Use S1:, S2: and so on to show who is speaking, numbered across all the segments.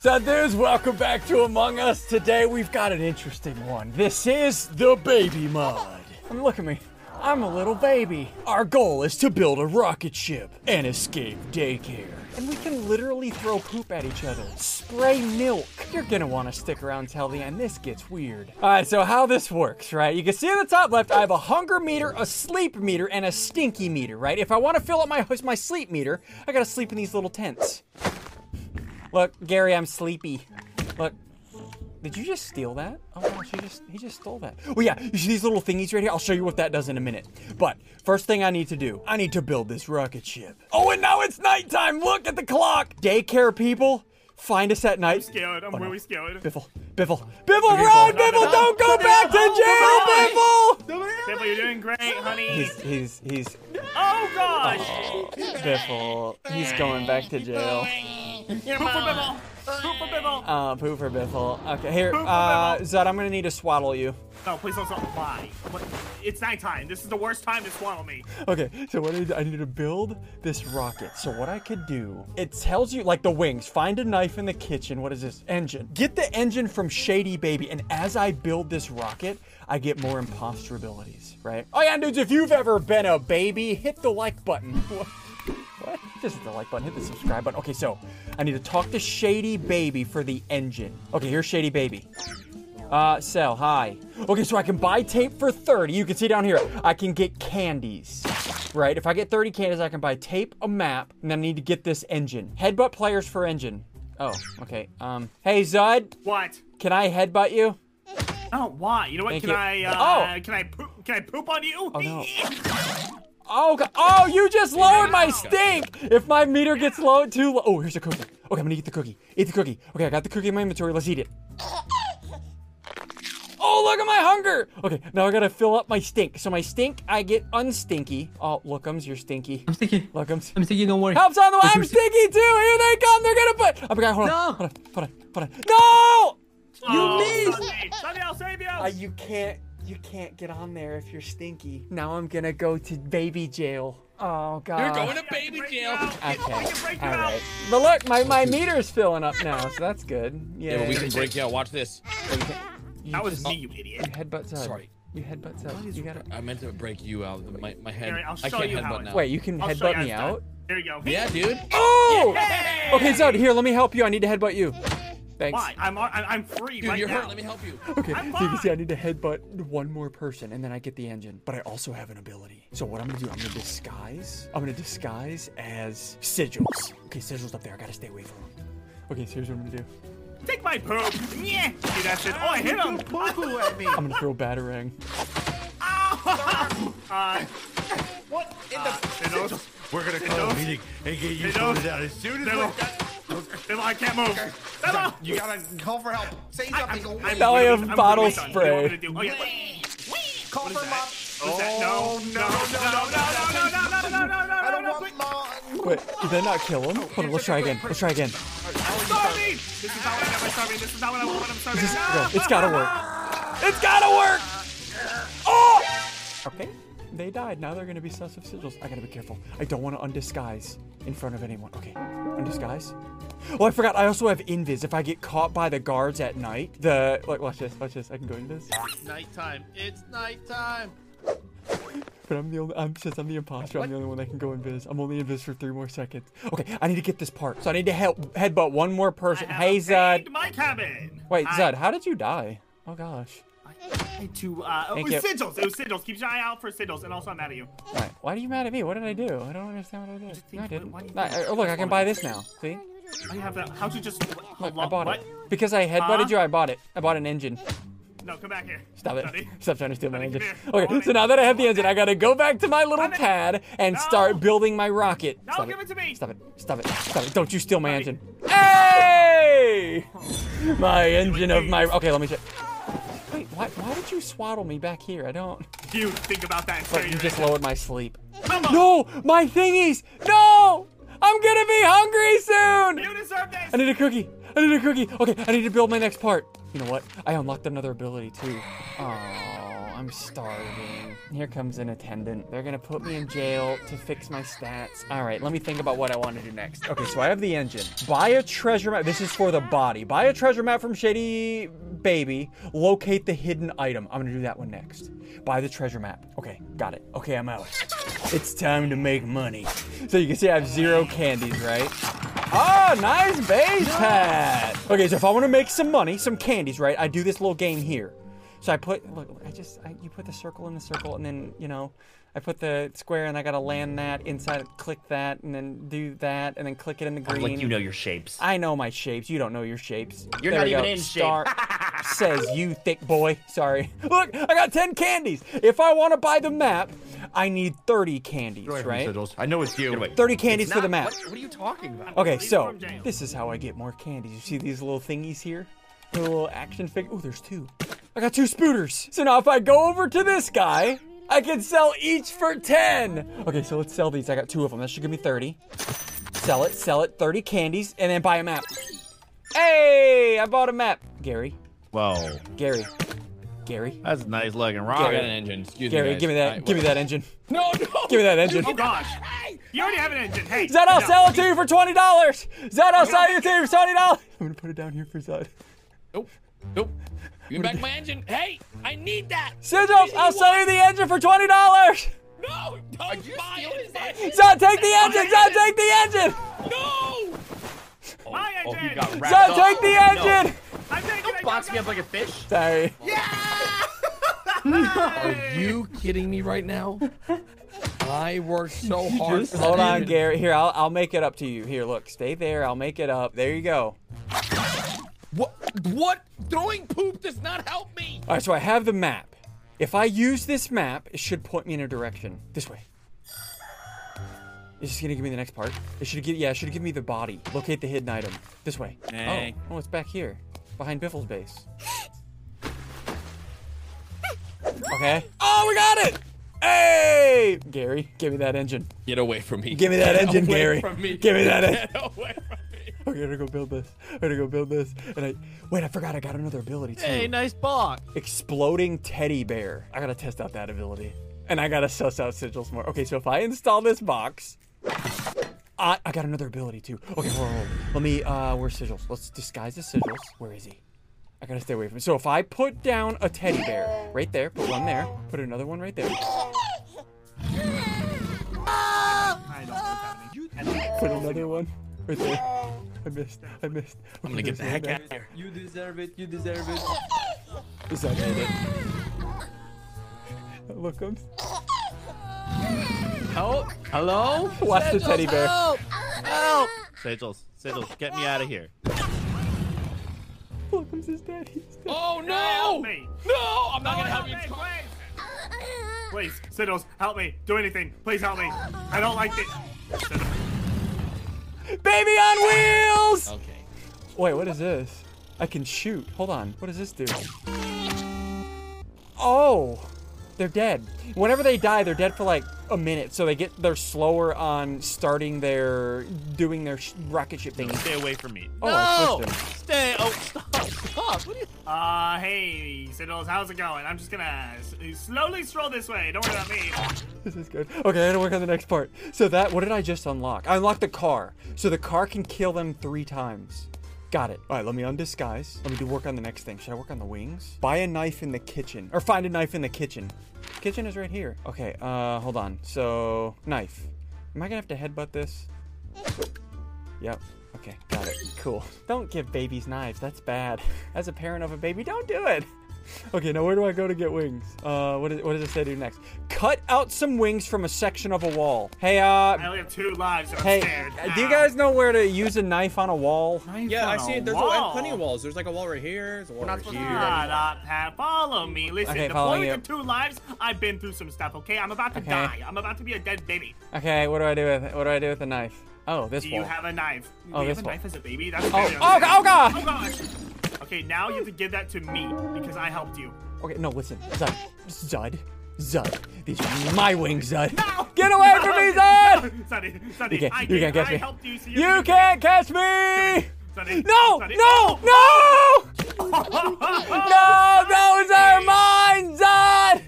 S1: So, dudes, welcome back to Among Us. Today we've got an interesting one. This is the baby mod. And Um, look at me, I'm a little baby. Our goal is to build a rocket ship and escape daycare. And we can literally throw poop at each other, spray milk. You're gonna wanna stick around till the end. This gets weird. Alright, so how this works, right? You can see in the top left, I have a hunger meter, a sleep meter, and a stinky meter, right? If I wanna fill up my, my sleep meter, I gotta sleep in these little tents. Look, Gary, I'm sleepy. Look, did you just steal that? Oh gosh, he just he just stole that. Well, yeah, you see these little thingies right here. I'll show you what that does in a minute. But first thing I need to do, I need to build this rocket ship. Oh, and now it's nighttime. Look at the clock. Daycare people, find us at night.
S2: Scared. I'm
S1: Oh, no.
S2: really scared.
S1: Biffle, Biffle, Biffle, run!
S2: no,
S1: Biffle,
S2: no,
S1: don't go back to jail, Biffle.
S2: Biffle, you're doing great, honey.
S1: He's he's he's
S2: Oh gosh.
S1: Biffle. He's going back to jail.
S2: Poop for Biffle. Poop for Biffle.
S1: Uh, poo for Biffle. Okay, here,
S2: Poo for
S1: uh, Zed, I'm gonna need to swaddle you.
S2: No, please don't stop. Why? What? It's nighttime. This is the worst time to swallow me.
S1: Okay, so what I need, I need to build this rocket. So what I could do, it tells you like the wings. Find a knife in the kitchen. What is this engine? Get the engine from Shady Baby. And as I build this rocket, I get more imposter abilities, right? Oh yeah, dudes, if you've ever been a baby, hit the like button. What? What? Just hit the like button, hit the subscribe button. Okay, so I need to talk to Shady Baby for the engine. Okay, here's Shady Baby. Uh, sell, hi. Okay, so I can buy tape for 30. You can see down here, I can get candies. Right, if I get 30 candies, I can buy tape, a map, and then I need to get this engine. Headbutt players for engine. Oh, okay. Um, hey Zud,
S2: What?
S1: can I headbutt you?
S2: Oh, why? You know what?
S1: Thank
S2: can
S1: you.
S2: I? Uh,
S1: Oh.
S2: Can I poop? Can I poop on you? Oh
S1: no. Oh, God. oh, you just lowered my stink. If my meter gets low too low. Oh, here's a cookie. Okay, I'm gonna eat the cookie. Eat the cookie. Okay, I got the cookie in my inventory. Let's eat it. Oh, look at my hunger. Okay, now I gotta fill up my stink. So my stink, I get unstinky. Oh, lookums, you're stinky.
S3: I'm sticky.
S1: Lookums.
S3: I'm sticky. Don't worry.
S1: Help's on the way.
S3: This
S1: I'm
S3: is-
S1: stinky too. Here they come. They're gonna put. Oh my God, hold on.
S3: No.
S1: Hold on. Hold on. Hold on. No!
S2: You
S3: missed.
S2: Sunday. Sunday, I'll save Oh, you.
S1: Uh, you can't you can't get on there if you're stinky. Now I'm gonna go to baby jail. Oh god.
S4: You're going to
S2: I can
S4: baby
S2: break
S4: jail.
S2: you out.
S1: Okay.
S2: I can break you
S1: All
S2: out.
S1: right. But look, my, my meter's filling up now, so that's good. Yeah.
S4: Yeah, but we can break you out. Watch this.
S2: That was me, you idiot.
S1: headbutt side.
S4: Sorry.
S1: You headbutt side. You gotta.
S4: I meant to break you out. My, my head.
S2: Alright, I'll
S4: I
S2: show
S4: can't
S2: you how
S4: headbutt
S2: it's
S4: now.
S1: Wait, you can
S2: I'll show you
S1: headbutt me
S2: how
S1: out.
S2: it's done. There you go.
S4: Yeah, dude.
S1: Oh.
S2: Hey!
S1: Okay, Zod. Here, let me help you. I need to headbutt you. Thanks.
S2: Why? I'm al- I- I'm free
S4: Dude,
S2: right
S4: you're
S2: now.
S4: hurt. Let me help you.
S1: Okay,
S2: I'm
S1: so you can see I
S2: fine.
S1: need to headbutt one more person and then I get the engine. But I also have an ability. So what I'm gonna do, I'm gonna disguise. I'm gonna disguise as sigils. Okay, sigils up there. I gotta stay away from them. Okay, so here's what I'm gonna do.
S2: Take my poop. Yeah. See that's it. Oh, I hit him.
S5: at me.
S1: I'm gonna throw batarang.
S4: What in the?
S2: They don't-
S5: We're gonna call a
S2: knows-
S5: meeting and get you
S2: it knows-
S5: sorted out as soon as
S2: they
S5: we're
S2: don't-
S5: done.
S2: they don't- I can't move. They don't-
S5: You gotta call for help. Say something. go away.
S1: Belly
S2: really-
S1: of
S2: really
S1: bottle
S2: done. You know what I'm
S1: spray.
S2: gonna do? Oh, yeah, wait.
S5: call
S2: What is
S5: for
S2: that?
S5: mom.
S2: What is that?
S5: Oh,
S2: No, no, no, no, no, no, no, no, no,
S5: I
S2: no,
S5: don't
S2: no, no,
S5: want mom.
S1: Wait, did that not kill him? Hold on, let's try again. Let's try again.
S2: I'm starving! This is not what I'm starving. This is not what I want when I'm starving.
S1: Go,
S2: No!
S1: it's gotta work. It's gotta work! Oh! Okay, they died. Now they're gonna be sus of sigils. I gotta be careful. I don't wanna undisguise in front of anyone. Okay, undisguise. Oh, I forgot. I also have invis. If I get caught by the guards at night, the like, watch this, watch this. I can go in this,
S6: Nighttime. It's nighttime.
S1: but I'm the only. I'm since I'm the imposter. I'm the only one that can go invis. I'm only invis for three more seconds. Okay, I need to get this part. So I need to help headbutt one more person.
S2: I
S1: Hey
S2: have
S1: Zud.
S2: paid My cabin.
S1: Wait,
S2: I-
S1: Zud, how did you die? Oh gosh.
S2: I To uh, it
S1: Thank
S2: was
S1: you.
S2: sigils. It was sigils. Keep your eye out for sigils, and also I'm mad at you.
S1: All right. Why are you mad at me? What did I do? I don't understand what I did.
S2: think-
S1: No, I didn't.
S2: why do you
S1: No,
S2: think-
S1: I- oh, look, I can buy this now. See?
S2: I have that. How'd you just?
S1: Look, I
S2: Hello?
S1: bought
S2: what?
S1: it. Because I headbutted
S2: Huh?
S1: you, I bought it. I bought an engine.
S2: No, come back here.
S1: Stop it.
S2: Sonny.
S1: Stop trying to steal my
S2: Sonny,
S1: engine.
S2: come here. Come
S1: Okay,
S2: on
S1: so
S2: in.
S1: now that I have the engine, I gotta go back to my little
S2: Come in.
S1: pad and
S2: No.
S1: start building my rocket.
S2: No,
S1: Stop
S2: give it to me.
S1: Stop it. Stop it. Stop it. Don't you steal my
S2: Sonny.
S1: engine. Hey! My engine of
S2: please.
S1: my. Okay, let me check. Wait, why, why did you swaddle me back here? I don't.
S2: You think about that. and
S1: But
S2: carry
S1: you
S2: it.
S1: just lowered my sleep.
S2: Come on.
S1: No, my thingies. No, I'm gonna be hungry soon.
S2: You deserve
S1: I
S2: this.
S1: need a cookie. I need a cookie. Okay, I need to build my next part. You know what? I unlocked another ability too. Oh, I'm I'm starving. Here comes an attendant. They're gonna put me in jail to fix my stats. All right, let me think about what I want to do next. Okay, so I have the engine. Buy a treasure map. This is for the body. Buy a treasure map from Shady Baby. Locate the hidden item. I'm gonna do that one next. Buy the treasure map. Okay, got it. Okay, I'm out. It's time to make money. So you can see I have zero candies, right? Ah, nice base pad. Okay, so if I want to make some money, some candies, right? I do this little game here. So I put look, I just I, you put the circle in the circle, and then you know, I put the square, and I gotta land that inside. Click that, and then do that, and then click it in the green.
S3: Like you know your shapes.
S1: I know my shapes. You don't know your shapes.
S3: You're
S1: There
S3: not
S1: we
S3: even
S1: go.
S3: in shape.
S1: Star says you thick boy. Sorry. Look, I got ten candies. If I want to buy the map, I need thirty candies,
S7: Go ahead,
S1: right?
S7: Sigils. I know it's you.
S3: away.
S1: Thirty candies for
S5: Not-
S1: the map.
S5: What, what are you talking about?
S1: Okay,
S2: Leave
S1: so
S2: from jail.
S1: this is how I get more candies. You see these little thingies here? The little action figure. Oh, there's two. I got two spooters. So now if I go over to this guy, I can sell each for 10. Okay, so let's sell these. I got two of them. That should give me 30. Sell it, sell it, 30 candies, and then buy a map. Hey, I bought a map. Gary,
S6: Whoa,
S1: Gary, Gary,
S6: that's a nice looking
S4: I got
S6: rocket.
S4: an engine. Excuse me.
S1: Gary,
S4: guys.
S1: give me
S4: All
S1: that,
S4: right,
S1: give me
S4: whatever.
S1: that engine.
S4: No, no.
S1: Give me that engine.
S2: Oh gosh. You already have an engine. Hey.
S1: Zed, I'll
S2: no.
S1: sell it to you for twenty dollars. Zed,
S4: Oh,
S1: I'll sell you to you for twenty dollars. I'm gonna put it down here for Zed.
S4: Nope. Nope. Give me back my engine. Hey, I need that.
S1: Sigils, I'll sell you the engine for twenty dollars.
S4: No, don't buy it.
S1: Zed, take the engine. Zed, take the engine.
S4: No.
S2: My
S3: Oh, he
S2: engine.
S3: got wrapped
S1: Zed,
S3: up.
S1: take the engine.
S2: I'm taking it.
S3: Box me up like a fish.
S1: Sorry.
S4: Are you kidding me right now? I worked so hard. for that
S1: Hold on,
S4: engine.
S1: Gary. Here, I'll I'll make it up to you. Here, look, stay there. I'll make it up. There you go.
S4: What? What? Throwing poop does not help me.
S1: All right, so I have the map. If I use this map, it should point me in a direction. This way. Is this gonna give me the next part? It should give yeah, it should give me the body. Locate the hidden item. This way.
S3: Nay.
S1: Oh, oh, it's back here, behind Biffle's base. Okay. Oh, we got it! Hey, Gary, give me that engine.
S4: Get away from me.
S1: Give me that
S4: Get
S1: engine,
S4: away
S1: Gary.
S4: From me.
S1: Give me that engine.
S4: Get away from me.
S1: Okay, I'm gonna go build this. I'm gonna go build this. And I wait, I forgot I got another ability too
S6: Hey, nice box.
S1: exploding teddy bear. I gotta test out that ability. And I gotta suss out sigils more. Okay, so if I install this box, I, I got another ability too. Okay, hold on, hold on. Let me, uh, where's sigils? Let's disguise the sigils. Where is he? I gotta stay away from him. So if I put down a teddy bear right there, put one there, put another one right there,
S2: I don't have any.
S1: put another one right there. I missed. I missed. I'm
S4: gonna get the heck out of here.
S3: You deserve it. You deserve it.
S1: Is that made it? Look, I'm
S3: Oh, hello.
S1: watch the teddy bear.
S6: Sigils, Sigils, get me out of here.
S1: Look, his daddy. His daddy.
S4: Oh
S2: Help
S4: no!
S2: me.
S4: No, I'm
S2: Someone
S4: not gonna
S2: help
S4: help
S2: me,
S4: you.
S2: please. Please, Siddles, help me. Do anything. Please help me. I don't like this.
S1: Baby on wheels!
S4: Okay.
S1: Wait, what is this? I can shoot. Hold on. What does this do? Oh, they're dead. Whenever they die, they're dead for like a minute, so they get they're slower on starting their doing their sh- rocket ship thing.
S6: Stay away from me.
S1: Oh, I
S6: no!
S1: pushed
S6: Stay. Oh, stop, stop. What are you?
S2: Uh, hey, Siddles, how's it going? I'm just gonna s- slowly stroll this way. Don't worry about me.
S1: This is good. Okay, I gotta work on the next part. So that what did I just unlock? I unlocked the car, so the car can kill them three times. Got it. All right, let me undisguise. Let me do work on the next thing. Should I work on the wings? Buy a knife in the kitchen, or find a knife in the kitchen. Kitchen is right here. Okay. Uh, hold on. So knife. Am I gonna have to headbutt this? Yep. Okay, got it. Cool. Don't give babies knives. That's bad. As a parent of a baby, don't do it. Okay, now where do I go to get wings? Uh, what, is, what does it say to do next? Cut out some wings from a section of a wall. Hey,
S2: I
S1: uh,
S2: only have two lives, and I'm
S1: hey,
S2: scared.
S1: do you
S2: Ah.
S1: guys know where to use a knife on a wall?
S3: Yeah, I see it. There's a, I have plenty of
S2: Wall.
S3: walls. There's like a wall right here. There's a wall right here.
S2: Shut up, Pat. Follow me. Listen,
S1: Okay,
S2: the
S1: following
S2: point
S1: you.
S2: of the two lives, I've been through some stuff, okay? I'm about to
S1: Okay.
S2: die. I'm about to be a dead baby.
S1: Okay, what do I do with it? What do I do with the knife? Oh, this
S2: Do
S1: wall.
S2: you have a knife? Do
S1: Oh,
S2: you
S1: this
S2: have a
S1: wall.
S2: knife as a baby? That's
S1: oh,
S2: very
S1: oh,
S2: unfair.
S1: oh, God.
S2: Oh, gosh. Okay, now you have to give that to me because I helped you.
S1: Okay, no, listen. Zud. Zud. Zud. These are my wings, Zud. Get away from me, Zud!
S2: Sonny, Sonny,
S1: You
S2: I
S1: can't, you
S2: did-
S1: can't catch
S2: I
S1: me.
S2: helped you, so you,
S1: you
S2: can-
S1: can't catch me!
S2: Sonny,
S1: No!
S2: Sonny. Oh,
S1: No! No! No! Those are mine, Zod!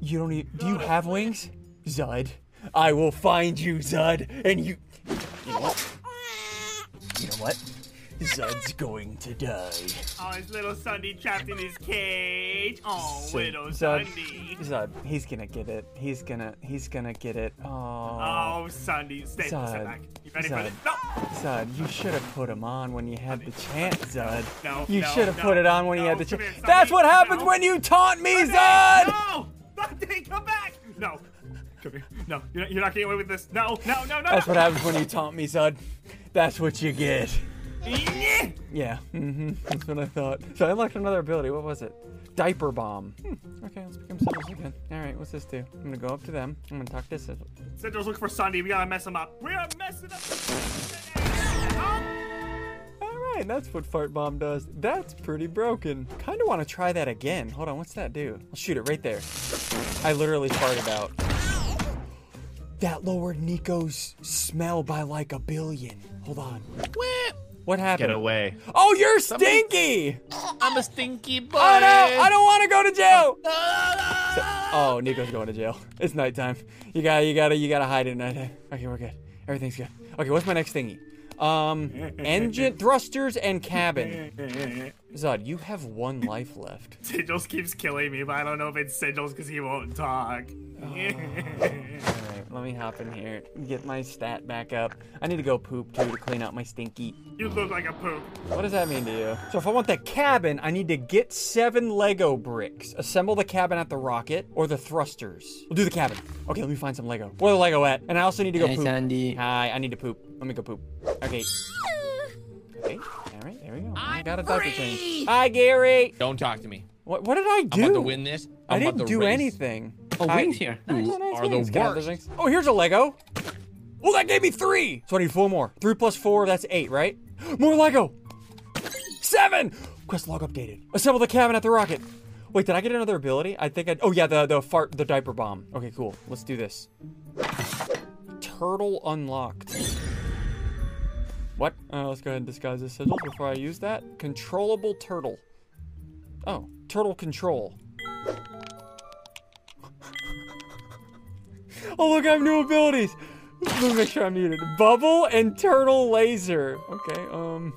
S1: You don't need. Do you have wings? Zud. I will find you, Zud. And you. You know what? You know what? Zud's going to die.
S2: Oh, his little Sunday trapped in his cage. Oh,
S1: So-
S2: little
S1: Zud.
S2: Sunday.
S1: Zud. He's gonna get it. He's gonna. He's gonna get it. Oh.
S2: Oh, Sunday, stay, step
S1: Zud.
S2: back. You ready for
S1: Zud.
S2: this? No.
S1: Zud, you should have put him on when you had the chance, Zud.
S2: No,
S1: you
S2: no,
S1: should have
S2: no,
S1: put it on when you
S2: no,
S1: had the
S2: come
S1: chance.
S2: here,
S1: That's
S2: Sunday,
S1: what happens
S2: no.
S1: when you taunt me,
S2: Sunday,
S1: Zud.
S2: No! Sunday, come back! No. Come here. No, you're not, you're not getting away with this. No, no, no, no.
S1: That's
S2: no.
S1: what happens when you taunt me, Zud. That's what you get.
S2: Yeah.
S1: Yeah, mm-hmm. That's what I thought. So I unlocked another ability. What was it? Diaper bomb. Hmm. Okay, let's become Sigils again. All right, what's this do? I'm gonna go up to them. I'm gonna talk to Sigil.
S2: Central's looking for Sunday. We gotta mess him up. We are messing up.
S1: All right, that's what fart bomb does. That's pretty broken. Kind of want to try that again. Hold on, what's that do? I'll shoot it right there. I literally farted out. That lowered Nico's smell by like a billion. Hold on. What happened?
S6: Get away.
S1: Oh, you're stinky!
S6: I'm a stinky boy.
S1: Oh no! I don't want to go to jail. So- oh, Nico's going to jail. It's nighttime. You got, to you gotta, you gotta hide it at night. Okay, we're good. Everything's good. Okay, what's my next thingy? Um, engine thrusters and cabin. Zod, you have one life left.
S2: Sigils keeps killing me, but I don't know if it's Sigils because he won't talk.
S1: All right, let me hop in here, get my stat back up. I need to go poop too to clean out my stinky.
S2: you look like a poop.
S1: What does that mean to you? So if I want the cabin, I need to get seven Lego bricks, assemble the cabin at the rocket or the thrusters. We'll do the cabin. Okay, let me find some Lego. Where the Lego at? And I also need to go
S4: Hey,
S1: poop.
S4: Sandy.
S1: Hi, I need to poop. Let me go poop. Okay. Okay. All right, there we go. I got a diaper change. Hi, Gary.
S4: Don't talk to me.
S1: What, what did I do?
S4: I'm about to win this. I'm
S1: I
S4: about
S1: didn't
S4: to
S1: do
S4: race.
S1: anything.
S4: Oh,
S1: I-
S4: wings here.
S1: Oh,
S4: Who
S1: nice
S4: are
S1: wings.
S4: the
S1: Can I have those
S4: worst?
S1: wings? Oh, here's a Lego. Well, that gave me three. So I need four more. Three plus four, that's eight, right? More Lego. Seven. Quest log updated. Assemble the cabin at the rocket. Wait, did I get another ability? I think I. Oh yeah, the the fart, the diaper bomb. Okay, cool. Let's do this. Turtle unlocked. What? Uh, let's go ahead and disguise this sigil before I use that. Controllable turtle. Oh, turtle control. Oh look, I have new abilities. Let me make sure I'm muted. Bubble and turtle laser. Okay, um,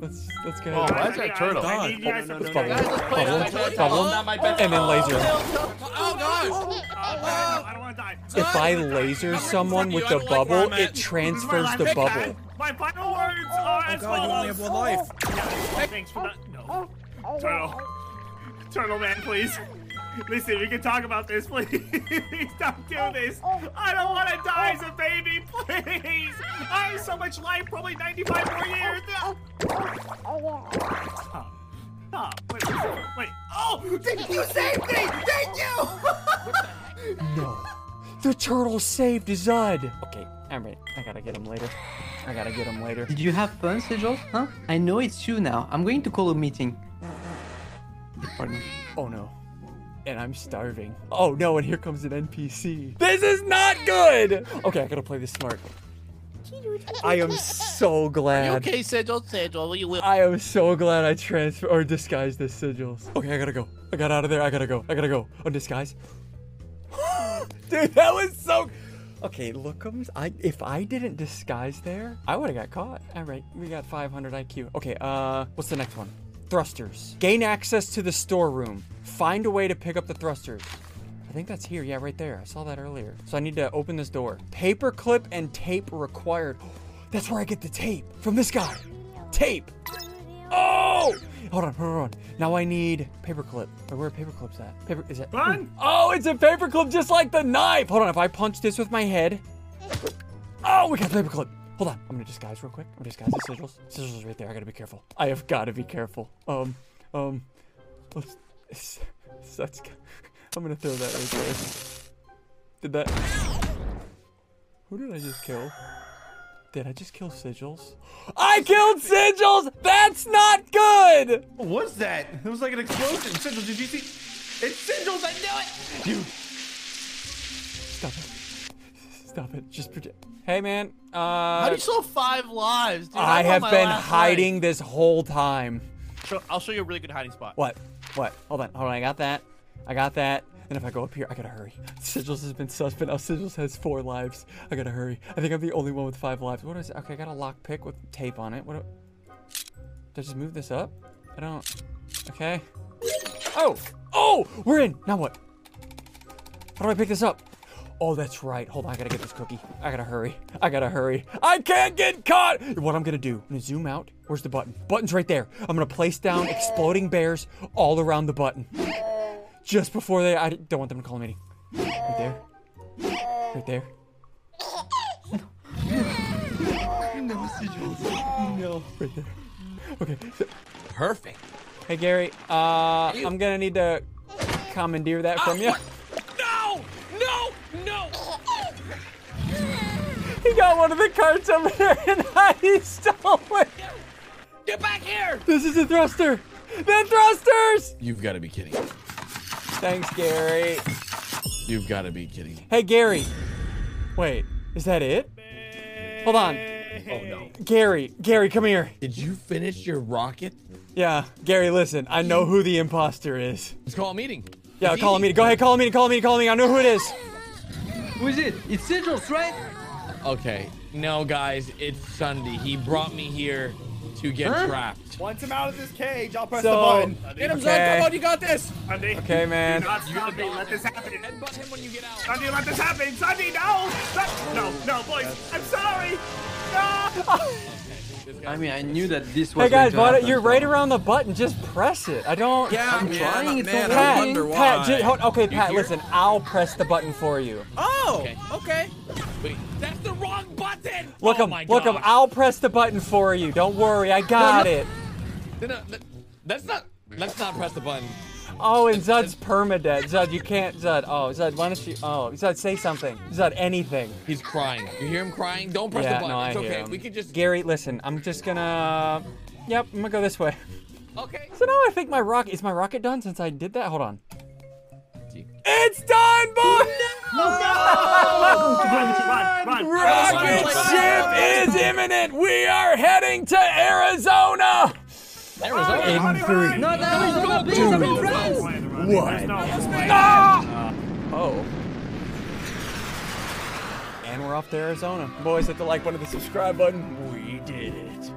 S1: let's let's go ahead.
S6: Oh, why is that turtle?
S2: I, I need you guys to
S1: Let's bubble.
S2: protect-
S1: Bubble. Bubble. And then laser.
S3: Oh gosh!
S2: Oh, no, I don't want to die.
S1: If I laser someone with the bubble, it transfers the bubble.
S2: My final words are
S3: Oh
S2: as
S3: god, you only have
S2: follows.
S3: one life.
S2: Thanks for that. No.
S5: Oh.
S2: Turtle. Turtle man, please. Listen, we can talk about this, please. Don't do this. I don't want to die as a baby, please. I have so much life, probably 95 more years.
S3: Oh.
S2: No.
S5: Oh.
S2: Stop. Stop. Ah, Wait, wait, wait. Oh, did you save me? Did you?
S1: No. The turtle saved Zud. Okay, I'm ready. I gotta get him later. I gotta get him later.
S7: Did you have fun, Sejol? Huh? I know it's you now. I'm going to call a meeting. Pardon.
S1: Oh no. And I'm starving. Oh no, and here comes an NPC. This is not good! Okay, I gotta play this smart. I am so glad.
S6: Okay, Sigil, Sigil, you will.
S1: I am so glad I transfer or disguised the sigils. Okay, I gotta go. I got out of there. I gotta go. I gotta go. Undisguise. Dude, that was so. Okay, lookums. I if I didn't disguise there, I would have got caught. All right, we got 500 IQ. Okay, uh, what's the next one? Thrusters. Gain access to the storeroom. Find a way to pick up the thrusters. I think that's here. Yeah, right there. I saw that earlier. So I need to open this door. Paperclip and tape required. That's where I get the tape from this guy. Tape. Oh! Hold on, hold on. Now I need paperclip. Wait, Where are paperclips at? Paper is it?
S2: Run!
S1: Oh, it's a paperclip just like the knife. Hold on, if I punch this with my head. Oh, we got the paperclip. Hold on, I'm gonna disguise real quick. I'm gonna disguise the sigils. Sigils is right there. I gotta be careful. I have gotta be careful. Um, um, let's. it's- it's- That's. I'm gonna throw that right there. Did that? Who did I just kill? Did I just kill sigils? I killed sigils. That's not good.
S3: What was that? It was like an explosion. Sigils, did you see? It's Sigils, I knew it! Dude.
S1: Stop it. Stop it. Just project. Hey man. Uh.
S6: How do you still have five lives? Dude,
S1: I
S6: I'm on
S1: have
S6: my
S1: been
S6: last
S1: hiding this whole time.
S6: life. Show- I'll show you a really good hiding spot.
S1: What? What? Hold on. Hold on. I got that. I got that. And if I go up here, I gotta hurry. Sigils has been sus, but now Sigils has four lives. I gotta hurry. I think I'm the only one with five lives. What is it? Okay, I got a lock pick with tape on it. What? do- Did I just move this up? I don't. Okay. Oh! Oh! We're in! Now what? How do I pick this up? Oh, that's right. Hold on, I gotta get this cookie. I gotta hurry. I gotta hurry. I can't get caught! What I'm gonna do, I'm gonna zoom out. Where's the button? Button's right there. I'm gonna place down exploding bears all around the button. Just before they. I don't want them to call a meeting. Right there. Right there.
S7: No, Sigils. No.
S1: Right there. Okay. so-
S4: Perfect.
S1: Hey, Gary, uh, I'm gonna need to commandeer that from you.
S4: No! No! No!
S1: He got one of the carts over there and I stole it.
S4: Get back here!
S1: This is a thruster. The thrusters!
S4: You've got to be kidding.
S1: Thanks, Gary.
S4: You've got to be kidding.
S1: Hey, Gary. Wait, is that it? Hold on.
S4: Oh no!
S1: Gary, Gary, come here.
S4: Did you finish your rocket?
S1: Yeah, Gary, listen. I know who the imposter is.
S4: Let's call a meeting.
S1: Yeah, call a meeting. Go ahead, call a meeting, call a meeting, call a meeting. I know who it is.
S7: Who is it? It's Sigils, right?
S4: Okay. No, guys, it's Sunday. He brought me here to get trapped.
S2: Once I'm out of this cage, I'll press
S1: So-
S2: the button.
S4: Get him,
S1: Okay.
S4: Zod. Come on, you got this.
S2: Sunday.
S1: Okay, man.
S2: Do not stop me. Let this happen.
S4: Headbutt him when you get out.
S2: Sunday, let this happen. Sunday, no. Sun- No, no, boys. I'm sorry. No.
S7: I mean, I knew that this was.
S1: Hey guys,
S7: going to
S1: but
S7: happen,
S1: you're
S7: so-
S1: right around the button. Just press it. I don't.
S7: Yeah, I'm trying. It's
S8: man,
S7: not
S8: I
S1: Pat,
S7: working.
S8: wonder
S1: Pat,
S8: why.
S1: j- hold, okay, Pat,
S4: hear?
S1: listen. I'll press the button for you.
S8: Oh,
S4: Okay.
S8: okay.
S4: Wait, that's the wrong button.
S1: Look
S4: oh,
S1: him,
S4: my
S1: look
S4: God.
S1: him. Ah. I'll press the button for you. Don't worry, I got
S4: no.
S1: it.
S4: No, no, that- That's not. Let's not press the button.
S1: Oh, and Zud's permadead. Zud, you can't. Zud, oh, Zud, why don't you? Oh, Zud, say something. Zud, anything.
S4: He's crying. You hear him crying? Don't press
S1: yeah,
S4: the button.
S1: no, I
S4: it's
S1: hear
S4: okay.
S1: him.
S4: We can just.
S1: Gary, listen. I'm just gonna. Yep, I'm gonna go this way.
S4: Okay.
S1: So now I think my rocket is my rocket done since I did that. Hold on. It's done, boy.
S2: Run, run, run.
S1: Rocket ship is imminent. We are heading to Arizona.
S4: Arizona.
S1: In three.
S7: Not Arizona, please, I'm in France.
S2: What?
S1: Oh. And we're off to Arizona. Boys, hit the like button, the subscribe button. We did it.